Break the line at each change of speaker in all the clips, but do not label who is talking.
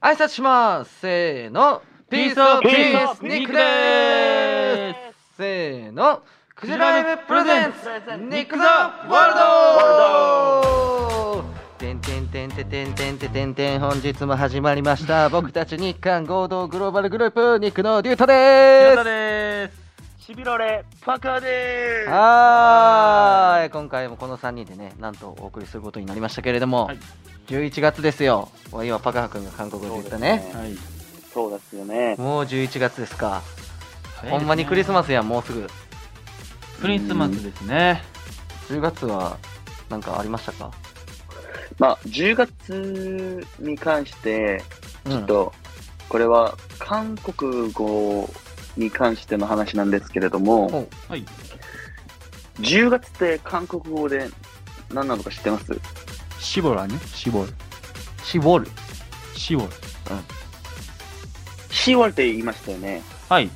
挨拶しますせーのピースオブピースニックですせーのクジライブプレゼンツニック・ザ・ワールドてんてんてんてんてんてんてんてんてん本日も始まりました僕たち日韓合同グローバルグループニックのデュータで
ゆう
す
たです。
しびられパカでーす
はーい今回もこの3人でねなんとお送りすることになりましたけれども、
はい
11月ですよもう今パカハ君が韓国語で言ったね
そうです
はい。
そうですよね
もう11月ですかほんまにクリス
ス。
マスやんもうすぐ
クリスマスですね。
10月はなんかありましたか
まあ10月に関して
ち
ちょっ、と、これは韓国語に関しての話なんですけれど
お
も
はい。
10月って韓国語で何なのか知ってます
シボラね。シボル。
絞る
シボル。
シワって言いましたよね
はい。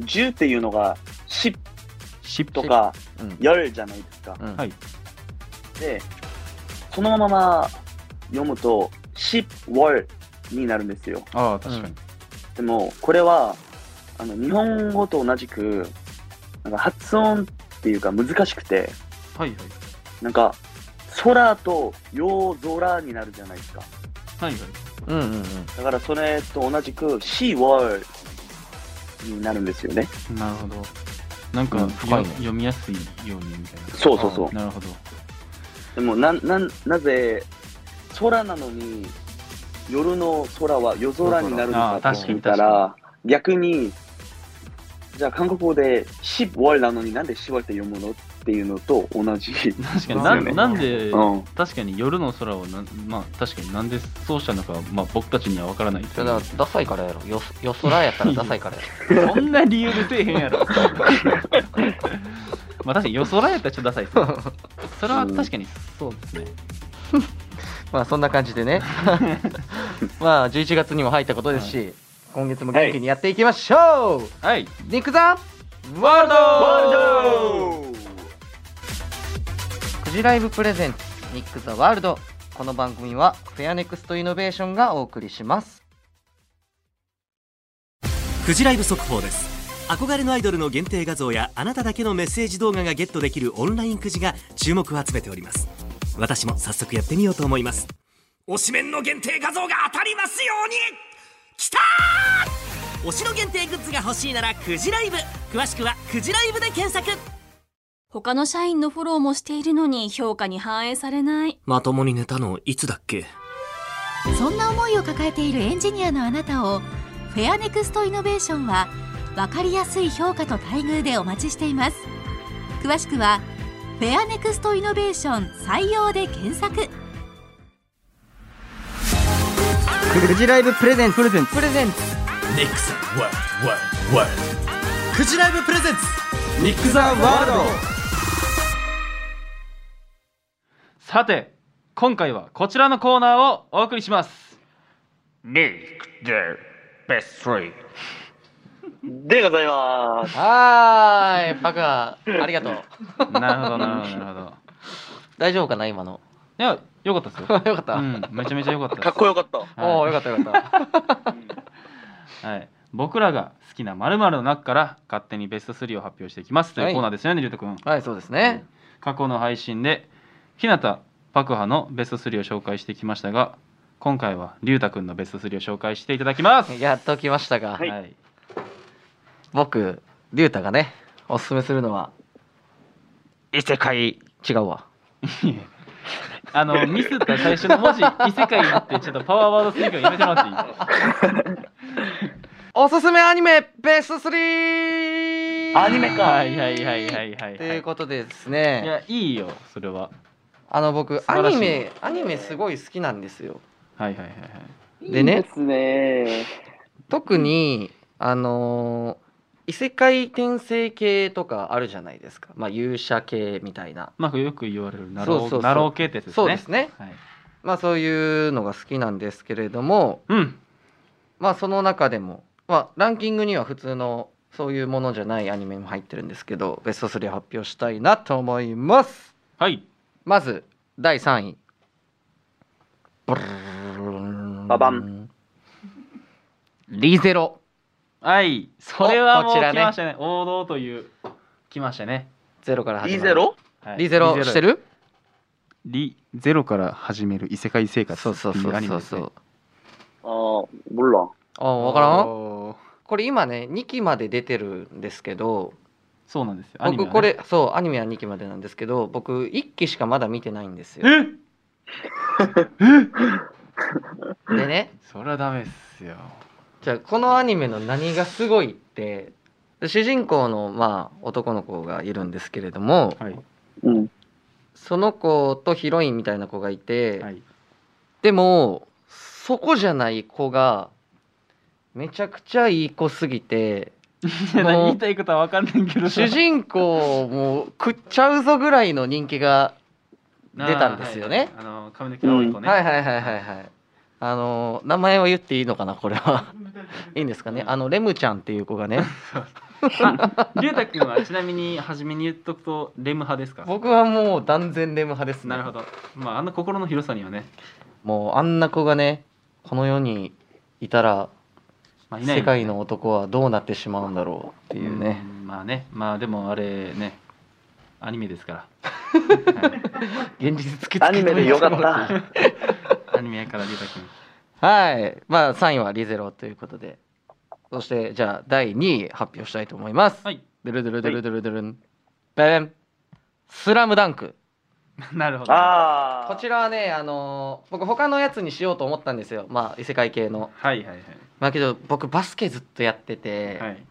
10っていうのがし
シッ
とか
うん
やるじゃないですか
うん、
はい。
でそのまま読むとしわになるんですよ
ああ、確かに。
でも、これは、あの、日本語と同じく、なんか発音っていうか難しくて、
はい
なんか、空と夜空になるじゃないですか。
はい。はい
うんうんうん
だからそれと同じく、シーワールになるんですよね。
はい。なるほど。なん
う
か
ん深い
よ
ね
読みやすいようにみたい
そうそうそう
な。。なるほど。
でも、なん、なん、なぜ、空なのに、夜の空は夜空になるの
あー確
かと
か
言
に
ったら、逆に、じゃあ韓国語で、シーワールなのになんでシワって読むのっていうのと同じ。
確かに
そ
な
うですよね
んなんで
うん。
確かに夜の空をなんまあ確かになんでそうしたのかまあ僕たちにはわからない
それだダサいからやろよよそらやったらダサいからや
そんな理由で出えへんやろ。まあ確かに夜空やったらちょっとダサいですね。
ろ
それは確かにそうですね。
まあそんな感じで ねまあ11月にも入ったことですし、今月も元気にやっていきましょう、
はい。
ニック・ザ・ワールドクジライブプレゼンツニック・ザ・ワールドこの番組はフェアネクストイノベーションがお送りします
フジライブ速報です憧れのアイドルの限定画像やあなただけのメッセージ動画がゲットできるオンラインくじが注目を集めております私も早速やってみようと思います推しメンの限定画像が当たりますようにきたー推しの限定グッズが欲しいならくじライブ詳しくはくじライブで検索
他の社員のフォローもしているのに評価に反映されない。
まともに寝たのいつだっけ
そんな思いを抱えているエンジニアのあなたをフェアネクストイノベーションは分かりやすい評価と待遇でお待ちしています詳しくはフェアネクストイノベーション採用で検索
クジライブプレゼンツプレゼンツプレゼンツ
ネクスワールドワールドくじライブプレゼンツニック・ザ・ワールド
さて、今回はこちらのコーナーをお送りします。
でございます。
はーいパカありがとう
なるほど、なるほど、なるほど。
大丈夫かな今の
いや、よかったですよ。
よかった、
うん、めちゃめちゃ良かったです。
かっこよかった。
おお
は
よかったよかった
い、はい僕らが好きなまるの中から勝手にベスト3を発表していきますと
はいいう
コーナーですよね、りゅうたくん。
はいそうですね
過去の配信で日向パクハのベスト3を紹介してきましたが、今回はりゅうたくんのベスト3を紹介していただきます。
やっときましたが、
はい
はい、
僕リュウタがねおすすめするのは
異世界。
違うわ
あのミスった最初の文字「異世界」ってちょっとパワーワードすぎるからやめてもらっていい
おすすめアニメベスト 3!
アニメか
はいはいはいはいはい、はい。
ということでです
い
ね
や、いいよ、それは。
あの僕
素
ア
晴らしい
ニメアニメすごい好きなんですよ
はいはいはいはい。
でね
いいですね。
特にあのー異世界転生系とかあるじゃないですかまあ勇者系みたいな
まあ、よく言われる、な
そう
ろ
そうそう
う、なろう系ってやつですね。
そうですね
はい。
まあそういうのが好きなんですけれども
うん。
まあその中でもまあランキングには普通のそういうものじゃないアニメも入ってるんですけどベスト3を発表したいなと思います
はい。
まず第3位。
ババ
ン。リゼロ
はいそれはも
こ
う
ちら
来
ね
ましたね王道という来ましたね、
ゼロから始
リ
ま
ゼ
る
ロ
はい
リゼロしてる
リゼロから始める異世界生活
そうそうそうそうそう、
ああ、ボルラン。
ああ分からん
ん
これ今ね2期まで出てるんですけど
そうなんですよアニメは
僕
ね
これ、そうアニメは2期までなんですけど僕1期しかまだ見てないんですよ
え
でね
それはダメっすよ
じゃあこのアニメの何がすごいって主人公のまあ男の子がいるんですけれども、
はい
うん。
その子とヒロインみたいな子がいて、
はい
でもそこじゃない子がめちゃくちゃいい子すぎ て
いや
もう
何言いたいことは分かんないけど
主 人公をもう食っちゃうぞぐらいの人気が出たんですよね。
あーはいあの髪の毛青い子ね、
はいはいはいはいはい。あの名前は言っていいのかなこれ はいいんですかねあのレムちゃんっていう子がね
ありゅうたくんはちなみに初めに言っとくとレム派です か
僕はもう断然レム派ですね
なるほどまああの心の広さにはね、
もうあんな子がねこの世にいたら
まあ、いない
世界の男はどうなってしまうんだろうっていうね、
んまあねまあでもあれねアニメですから
現実突きつけて
アニメでよかった。
アニメやからりゅうたくん
はいまあ3位はリゼロということでそしてじゃあ第2位発表したいと思います
はい
ドゥルドゥルドゥルドゥルドゥルンベンスラムダンク
なるほど
ああ。
こちらはねあのー僕他のやつにしようと思ったんですよまあ異世界系の
はいはい
まあけど僕バスケずっとやってて、
はいはい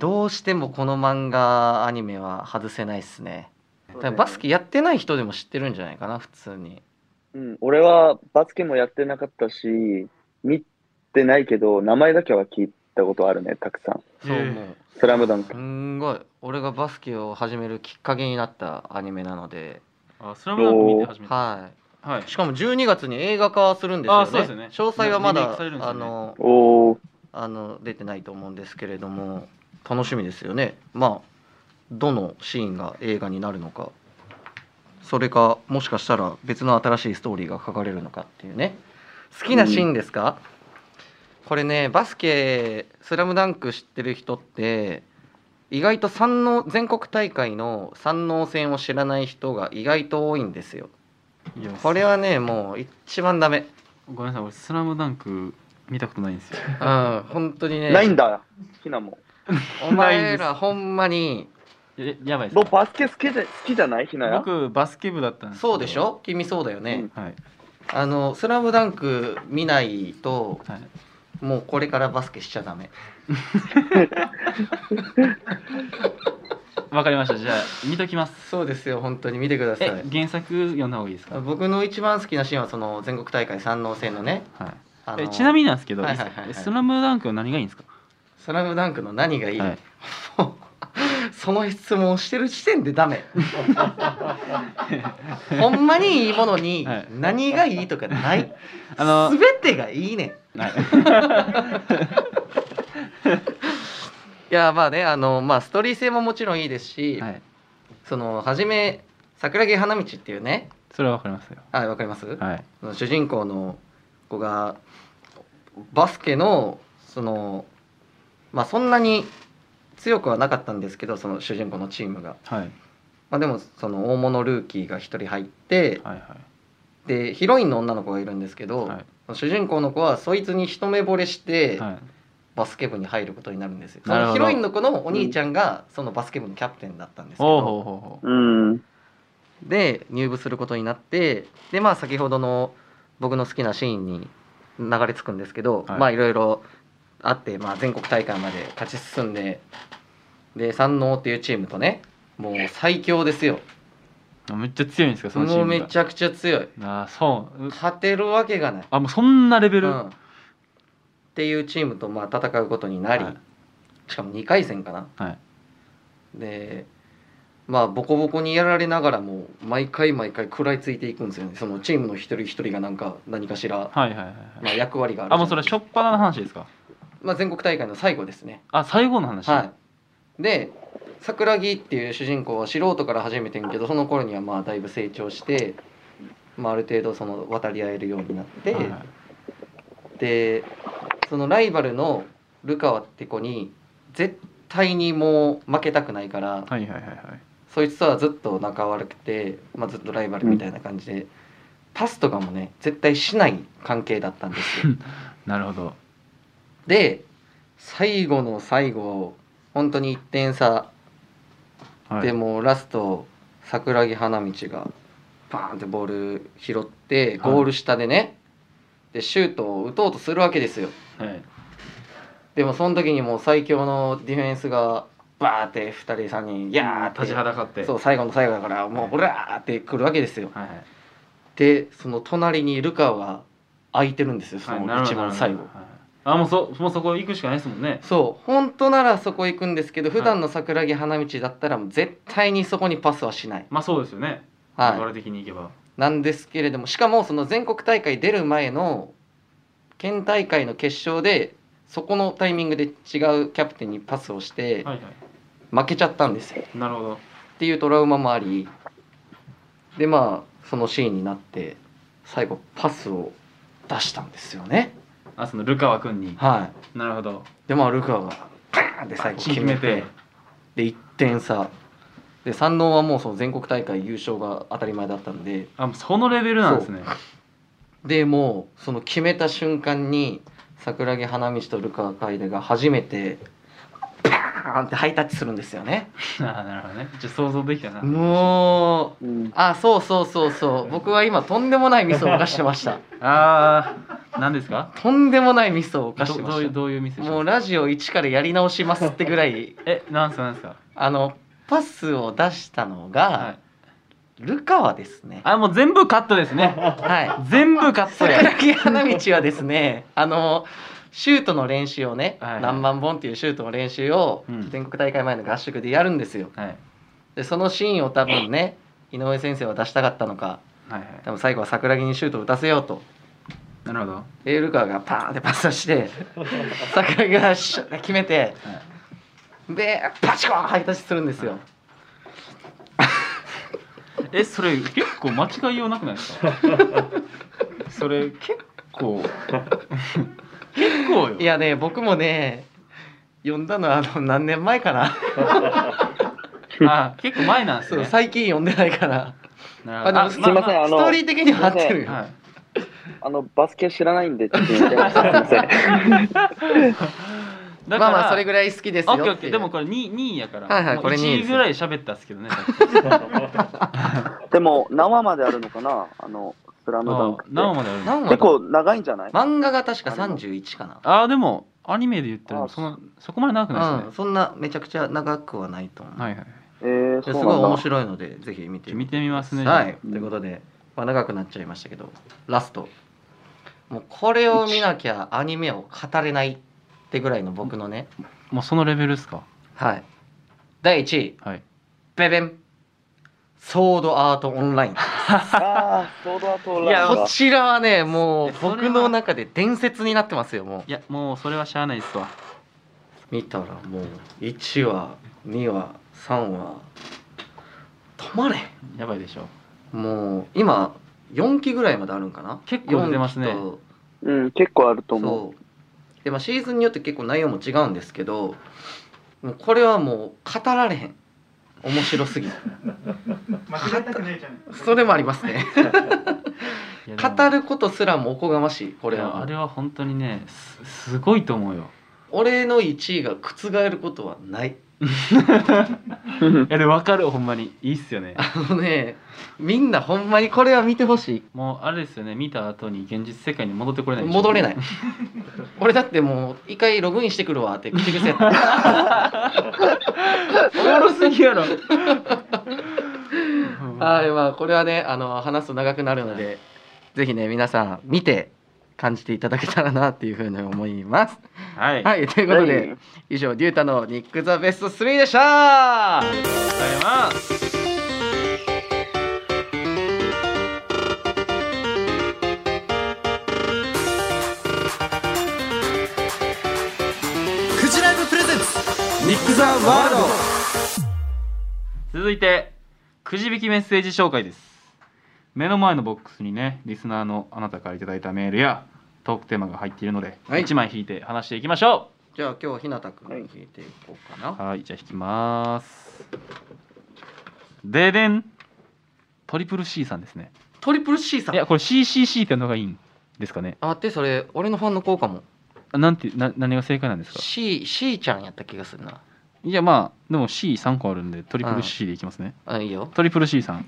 どうしてもこの漫画アニメは外せないっすね
そう
だから
だよね
バスケやってない人でも知ってるんじゃないかな普通に
うん、俺はバスケもやってなかったし、見てないけど、名前だけは聞いたことあるね、たくさん。
そう
ええ
思う
スラムダン
す
ク。
んごい俺がバスケを始めるきっかけになったアニメなので、
あスラムダンク見て初めては
はいい、しかも12月に映画化するんですよね
あそうですよね
詳細はま
リメイ
だ
クされるんです
あ
よね
の
おお。
あの出てないと思うんですけれども楽しみですよねまあどのシーンが映画になるのかそれかもしかしたら別の新しいストーリーが書かれるのかっていうね好きなシーンですか、これねバスケ「スラムダンク知ってる人って意外と山王全国大会の山王戦を知らない人が意外と多いんですよ
いや
これはねもう一番ダメ
ごめんなさい俺スラムダンク見たことないんですよ
うん本当にね
ないんだ、ひなも。
お
ないんで
前
す
らほんまに
えやばいっす
ど、バスケ好きじゃ好きじゃないひなや。
僕バスケ部だったんですけど
そうでしょ君そうだよね、
はい
あの「スラムダンク見ないと
はい
もうこれからバスケしちゃダメ
わかりましたじゃあ見ときます
そうですよ本当に見てください
え原作読んだ方がいいですか
僕の一番好きなシーンはその全国大会山王戦のね、
はい
あの
えちなみになんですけど、
はいはいはいはい
スラムダンクは何がいいんですか。
スラムダンクの何がいい、
はい
もう その質問をしてる時点でダメ ほんまにいいものに
はい
何がいいとかない、
あの
全てがいいねん いやまあねあのまあストーリー性ももちろんいいですし、
はい、
その初め桜木花道っていうね
それはわかりますよ。
あわかります、
はい。
その主人公の子がバスケのそのまあそんなに強くはなかったんですけどその主人公のチームが、
はい。
まあ、でもその大物ルーキーが一人入って
はい。はい。
でヒロインの女の子がいるんですけど、
はい
主人公の子はそいつに一目惚れして
はい。
バスケ部に入ることになるんですよ、
なる
その
ほど
ヒロインの子のお兄ちゃんがそのバスケ部のキャプテンだったんですけ
ほう
ど、
ほうほうほう。
うん。
で入部することになってでまあ先ほどの僕の好きなシーンに流れ着くんですけど、
はい
まあいろいろあって、まあ、全国大会まで勝ち進んでで山王っていうチームとねもう最強ですよ
あめっちゃ強いんですか、そのチー
もう
ムが。
めちゃくちゃ強い
あー、そう。う
勝てるわけがない、
あ、もうそんなレベ
う
ル。
ん、っていうチームとまあ戦うことになり、
はい
しかも2回戦かな
はい。
でまあボコボコにやられながらも毎回毎回食らいついていくんですよねそのチームの一人一人がなんか何かしら、
はい。はい。はい。
まあ、役割がある
あ、もうそれ、初っ端の話ですか。
まあ、全国大会の最後ですね
あ、最後の話。
はいで桜木っていう主人公は素人から始めてんけどその頃にはまあだいぶ成長して、まあ、ある程度その渡り合えるようになって、
はいはい
でそのライバルのルカワって子に絶対にもう負けたくないから、
はいはいはいはい
そいつとはずっと仲悪くて、まあ、ずっとライバルみたいな感じで、パスとかもね絶対しない関係だったんですよ。
なるほど
で最後の最後本当に1点差
はい
でもうラスト桜木花道がバーンってボール拾ってゴール下でね、でシュートを打とうとするわけですよ
はい
でもその時にもう最強のディフェンスがバーって2人3人いやーって
立ちはだかって
そう最後の最後だからもうオラーってくるわけですよ
はいはい
でその隣にルカは空いてるんですよそ
はい
の一番最後、
なるほどなるほどはいあもうそもうそこ行くしかないですもんね
そう本当ならそこ行くんですけど
い
普段の桜木花道だったらもう絶対にそこにパスはしない、
まあそうですよね
はい、
流れ的に行けば
なんですけれどもしかもその全国大会出る前の県大会の決勝でそこのタイミングで違うキャプテンにパスをして
はいはい
負けちゃったんですよ
なるほど
っていうトラウマもありでまあそのシーンになって最後パスを出したんですよね
あそのルカワ君に
は
なるほど
いでまあルカがバーンって最後決
決
め
め
て
て
で1点差で山王はもうその全国大会優勝が当たり前だったんで
あもうそのレベルなんですね
でもうその決めた瞬間に桜木花道とルカ楓が初めてパーンってハイタッチするんですよね
ああなるほどねちょっと想像できたな
もう
うん
あそうそうそうそう僕は今とんでもないミスを犯してました
ああ何ですか
とんでもないミスを
ど
犯してま
どういう
し
どういうミス
た
でし
も
ょ
う
う
ラジオ1からやり直しますってぐらい
えなんすかなんすか
あのパスを出したのが、
はい
ルカはですね
あもう全部カットです ね
はい
全部カットで
桜木花道はですねあのシュートの練習をね、
はいはい
何万本っていうシュートの練習を
うん
全国大会前の合宿でやるんですよ、
はいはい
でそのシーンを多分ね井上先生は出したかったのか
はい
多分最後は桜木にシュートを打たせようと
なるほどは
エールカーがパーンってパスをして桜木がシュッ決めてでパチコーンハイタッチするんですよ
いえそれ結構間違いようなくないです かそれ結構結構よ
いやね僕もね呼んだのはあの何年前かな
あ結構前なんです
そう
ね
最近呼んでないから
なるほど
あでも
あ
すい
すいません、
あ
あ
ストー
の
リ、ー的には合ってるよ、
あはい
あのバスケ知らないんで、ちょっとやってましたすいま せん。
ま
だか
あまあ
ら
それぐらい好きです
オ
よ
ッケーオ
っ
ッ
て
ケ
い
ー
う
でもこれ2位やから、
はいはい
もう
これ二位で
1位
す
ぐらい喋ったっすけどね
でも、何話まであるのかなあの、スラムダンクって。
何まであるの
何話
結構長いんじゃない
漫画が確か31かな
あーでもアニメで言ったら
あ
そのそこまで長くない
う
で
ん、
す
そんなめちゃくちゃ長くはないと思う、
ねはいはい
えー、
い
そう
やすごい
なん
面
だ。
白いのでぜひ見て
見てみますね
はい、
うん
ということで、まあ、長くなっちゃいましたけどラストもうこれを見なきゃアニメを語れないってぐらいの僕のね、
もうそのレベルですか
はい第1位
はい
ベベンソードアートオンライン
ああ、ソードアートオン
いや
ラインだ
こちらはねもう
えそれは
僕の中で伝説になってますよもう
いやもうそれはしゃあないっすわ
見たらもう1話2話3話止まれん
やばいでしょ
もう今4期ぐらいまであるんかな
結構出てますね
4期と
うん、結構あると思う。
そうで、まあ、シーズンによって結構内容も違うんですけどもうこれはもう語られへん面白すぎる
間違いたくないじゃん。
それもありますね
いやでも
語ることすらもおこがましいこれ
いやあ
は
れは本当にねすすごいと思うよ
俺の1位が覆ることはない
いやでも分かるほんまにいいっすよね
あのねみんなほんまにこれは見てほしい
もうあれですよね見た後に現実世界に戻ってこれない
戻れ
い
ない 俺だってもう一回ログインしてくるわって口癖やった
おもろすぎやろ
はい、まあ、これはね、あの、話すと長くなるので、ぜひね、皆さん見て。感じていただけたらなっていうふうに思います。
はい、
はい、ということで、
はい
以上、デュータのニックザベスト3でした。
ございます
クジライブプレゼンツ
ニックザワールド。
続いてくじ引きメッセージ紹介です目の前のボックスにねリスナーのあなたからいただいたメールやトークテーマが入っているので、
はい
1枚引いて話していきましょ
じゃあ今日日向く
はい
ん聞いていこうかな、
はい、じゃあ引きます。ででん。トリプル C さんですね。
トリプル C さ
いや、これ CCC ってのがいいんですかね。
あでそれ俺のファンの子かも
あなんて、な何が正解なんですか
C, C ちゃんやった気がするない
や、まあ、でも C3 個あるんで、トリプル C でいきますね。
あいいよ
トリプル C さん。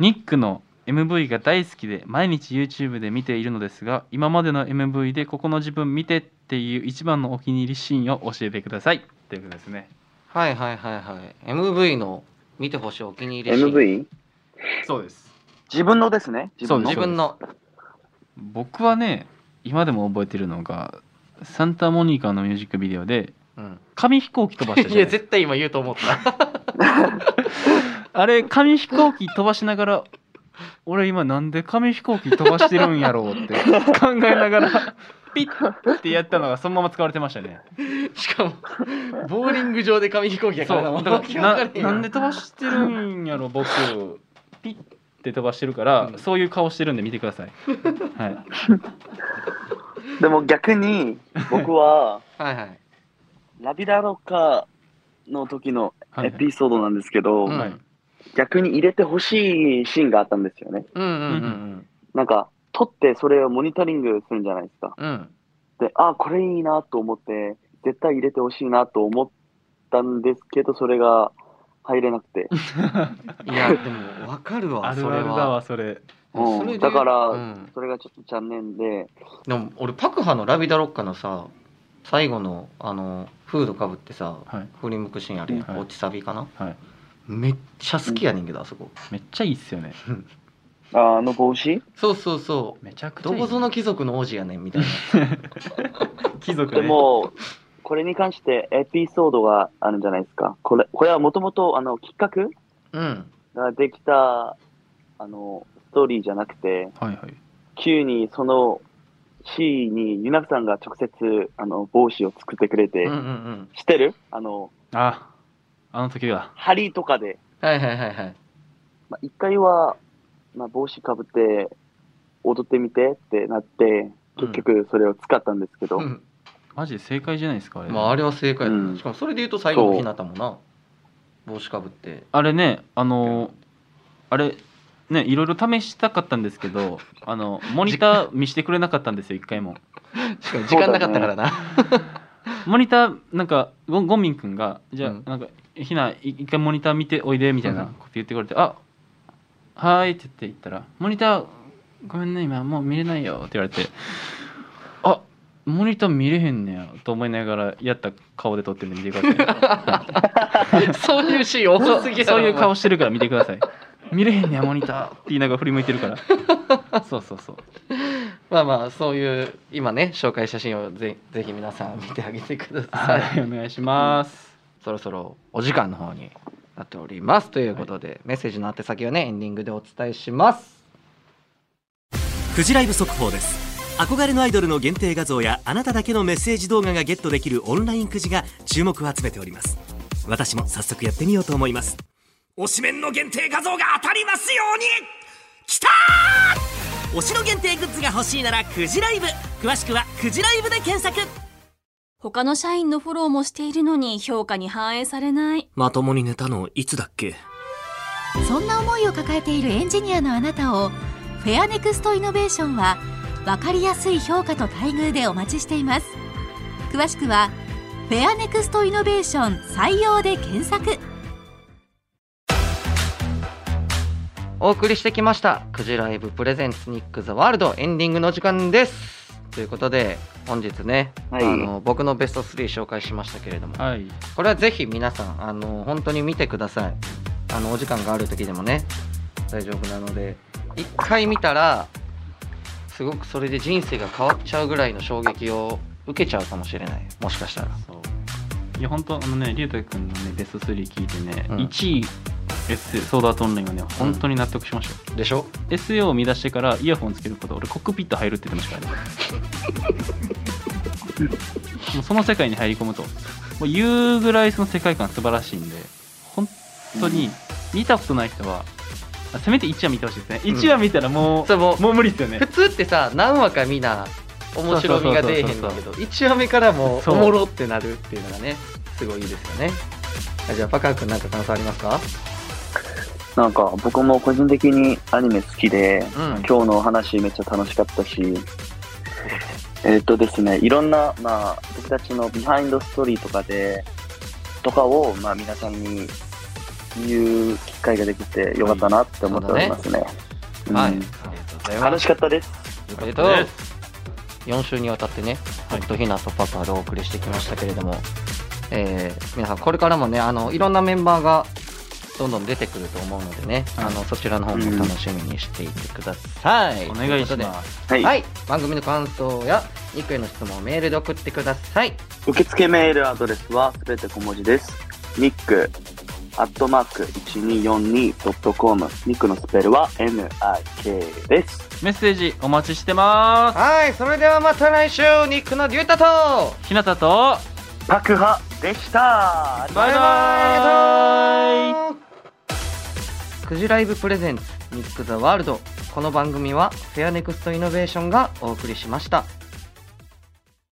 ニックの MV が大好きで、毎日 YouTube で見ているのですが、今までの MV でここの自分見てっていう一番のお気に入りシーンを教えてください。っていうことですね。
はいはいはいはい MV の見てほしいお気に入りシーン
MV?
そうです。
自分のですね。自分
そう
の
自分の
僕はね今でも覚えてるのがサンタモニカのミュージックビデオで
うん
紙飛行機飛ばした
い
じゃ
や
ないです
絶対今言うと思った
かあれ紙飛行機飛ばしながら俺今なんで紙飛行機飛ばしてるんやろうって考えながらピッってやったのがそのまま使われてましたね
しかもボーリング場で紙飛行機やか
そう
らな
だ
わ
か
け
ら
わか
な
らへんやん
なんで飛ばしてるんやろ僕ピッって飛ばしてるから、
うん
そういう顔してるんで見てくだ さい、はい、
でも 逆に、僕は、
はいはい
ラビダロカの時の
はい
エピソードなんですけど、
うん
はい
逆に入れてほしいシーンがあったんですよね。
うんうん
なんか、撮ってそれをモニタリングするんじゃないですか。
うんうん
で、あ、これいいなと思って、絶対入れてほしいなと思ったんですけど、それが入れなく て。
いやでもわかるわ
ある
そ
あ
れ
るだ
は
わそれ
うん
それで
だから
うん
それがちょっと残念で、
でも俺パクハの「ラビダロッカ」のさ最後のあのフードかぶってさ
はい
振り向くシーンあるやん、
はい
落ちサビかな
はい
めっちゃ好きやねんけどあそこ
めっちゃいいっすよね
ああの帽子
そうそうそう
めちゃくちゃい
ど
い
こぞの貴族の王子やねんみたいな
貴族
で
ね
も、これに関してエピソードがあるんじゃないですか。これこれはもともとあのきっかけ
うん
ができたあのストーリーじゃなくて、
はいはい
急にその C にユナクさんが直接あの帽子を作ってくれて、
うんうんうん
知ってるあの、
ああの時だ
ハリとかで、
はいはいはいはい
まあ、一回は、まあ、帽子かぶって踊ってみてってなって、結局それを使ったんですけど、
うん
マジで正解じゃないですかあれ,、
まああれは正解やな、
うん
しかもそれで言うと最後の日向もな帽子かぶって
あれねあのーあれねいろいろ試したかったんですけどあのモニター見してくれなかったんですよ一回も
しかも時
そうだ
間
ね
なかったからな、
モニターなんかゴゴンミン君が「じゃあ、
うん
なんかひない一回モニター見ておいで」みたいな
うん
こと言ってくれて「あはーい」って言って言ったら「モニターごめんね今もう見れないよ」って言われて「あモニター見れへんねや」と思いながらやった顔で撮ってるんで見てくださ い
そういうシーン
そ
多
う
すぎやろ
そういう
お前
顔してるから見てください見れへんねやモニターって言いながら振り向いてるから そうそうそう
まあまあそういう今ね紹介写真をぜぜひ皆さん見てあげてくださ、
はいいお願いします、
そろそろお時間の方になっておりますということで、メッセージの宛先をねエンディングでお伝えします
フジライブ速報です憧れのアイドルの限定画像やあなただけのメッセージ動画がゲットできるオンラインくじが注目を集めております私も早速やってみようと思います推しメンの限定画像が当たりますようにきたー推しの限定グッズが欲しいならくじライブ詳しくはくじライブで検索
他の社員のフォローもしているのに評価に反映されない。
まともに寝たのいつだっけ
そんな思いを抱えているエンジニアのあなたをフェアネクストイノベーションは分かりやすい評価と待遇でお待ちしています詳しくはフェアネクストイノベーション採用で検索
お送りしてきました「クジライブプレゼンツニック・ザ・ワールド」エンディングの時間ですということで本日ね、
はい
あの僕のベスト3紹介しましたけれども
はい
これはぜひ皆さんあの本当に見てくださいあのお時間がある時でもね大丈夫なので一回見たらすごくそれで人生が変わっちゃうぐらいの衝撃を受けちゃうかもしれないもしかしたら
そういや本当あのね龍太君のねベスト3聞いてね、
うん
1位 S ソードアートオンラインはね本当に納得しましたよ、
でしょ
SAO を見出してからイヤホンつけること俺コックピット入るって言ってました からねもうその世界に入り込むともう言うぐらいその世界観素晴らしいんで本当に見たことない人は、あせめて1話見てほしいですね1話見たらもう、
そうもう
もう無理ですよね
普通ってさ何話かみんな面白みが出えへんねん
そう
だ
そう
け
そ
ど1話目からも
そ
お
う
もろってなるっていうのがねすごいいいですよねあじゃあパカ君なんか感想ありますか
なんか僕も個人的にアニメ好きで、
うん
今日のお話めっちゃ楽しかったし、えっとですね、いろんな、まあ、僕たちのビハインドストーリーとかで、とかを、まあ、皆さんに言う機会ができてよかったなって思っておりますね。うん
はいありがとうございま
楽
す
しかったです。
ということで4週にわたってね僕とひなとパパでお送りしてきましたけれども、えー皆さんこれからもねあのいろんなメンバーがどんどん出てくると思うのでね、あのそちらの方も楽しみにしていてください、
お願いし
とうことで
ます
はい。
はい、番組の感想や肉への質問をメールで送ってください
受付メールアドレスはすべて小文字です。ニックアットマーク 1242.com ニックのスペルは NIK です。
メッセージお待ちしてま
はいそれではまた来週肉のデュータと
すひなたと
パクハでした
バイ
バ
バイ
クジライブプレゼンツミック・ザ・ワールドこの番組はフェアネクストイノベーションがお送りしました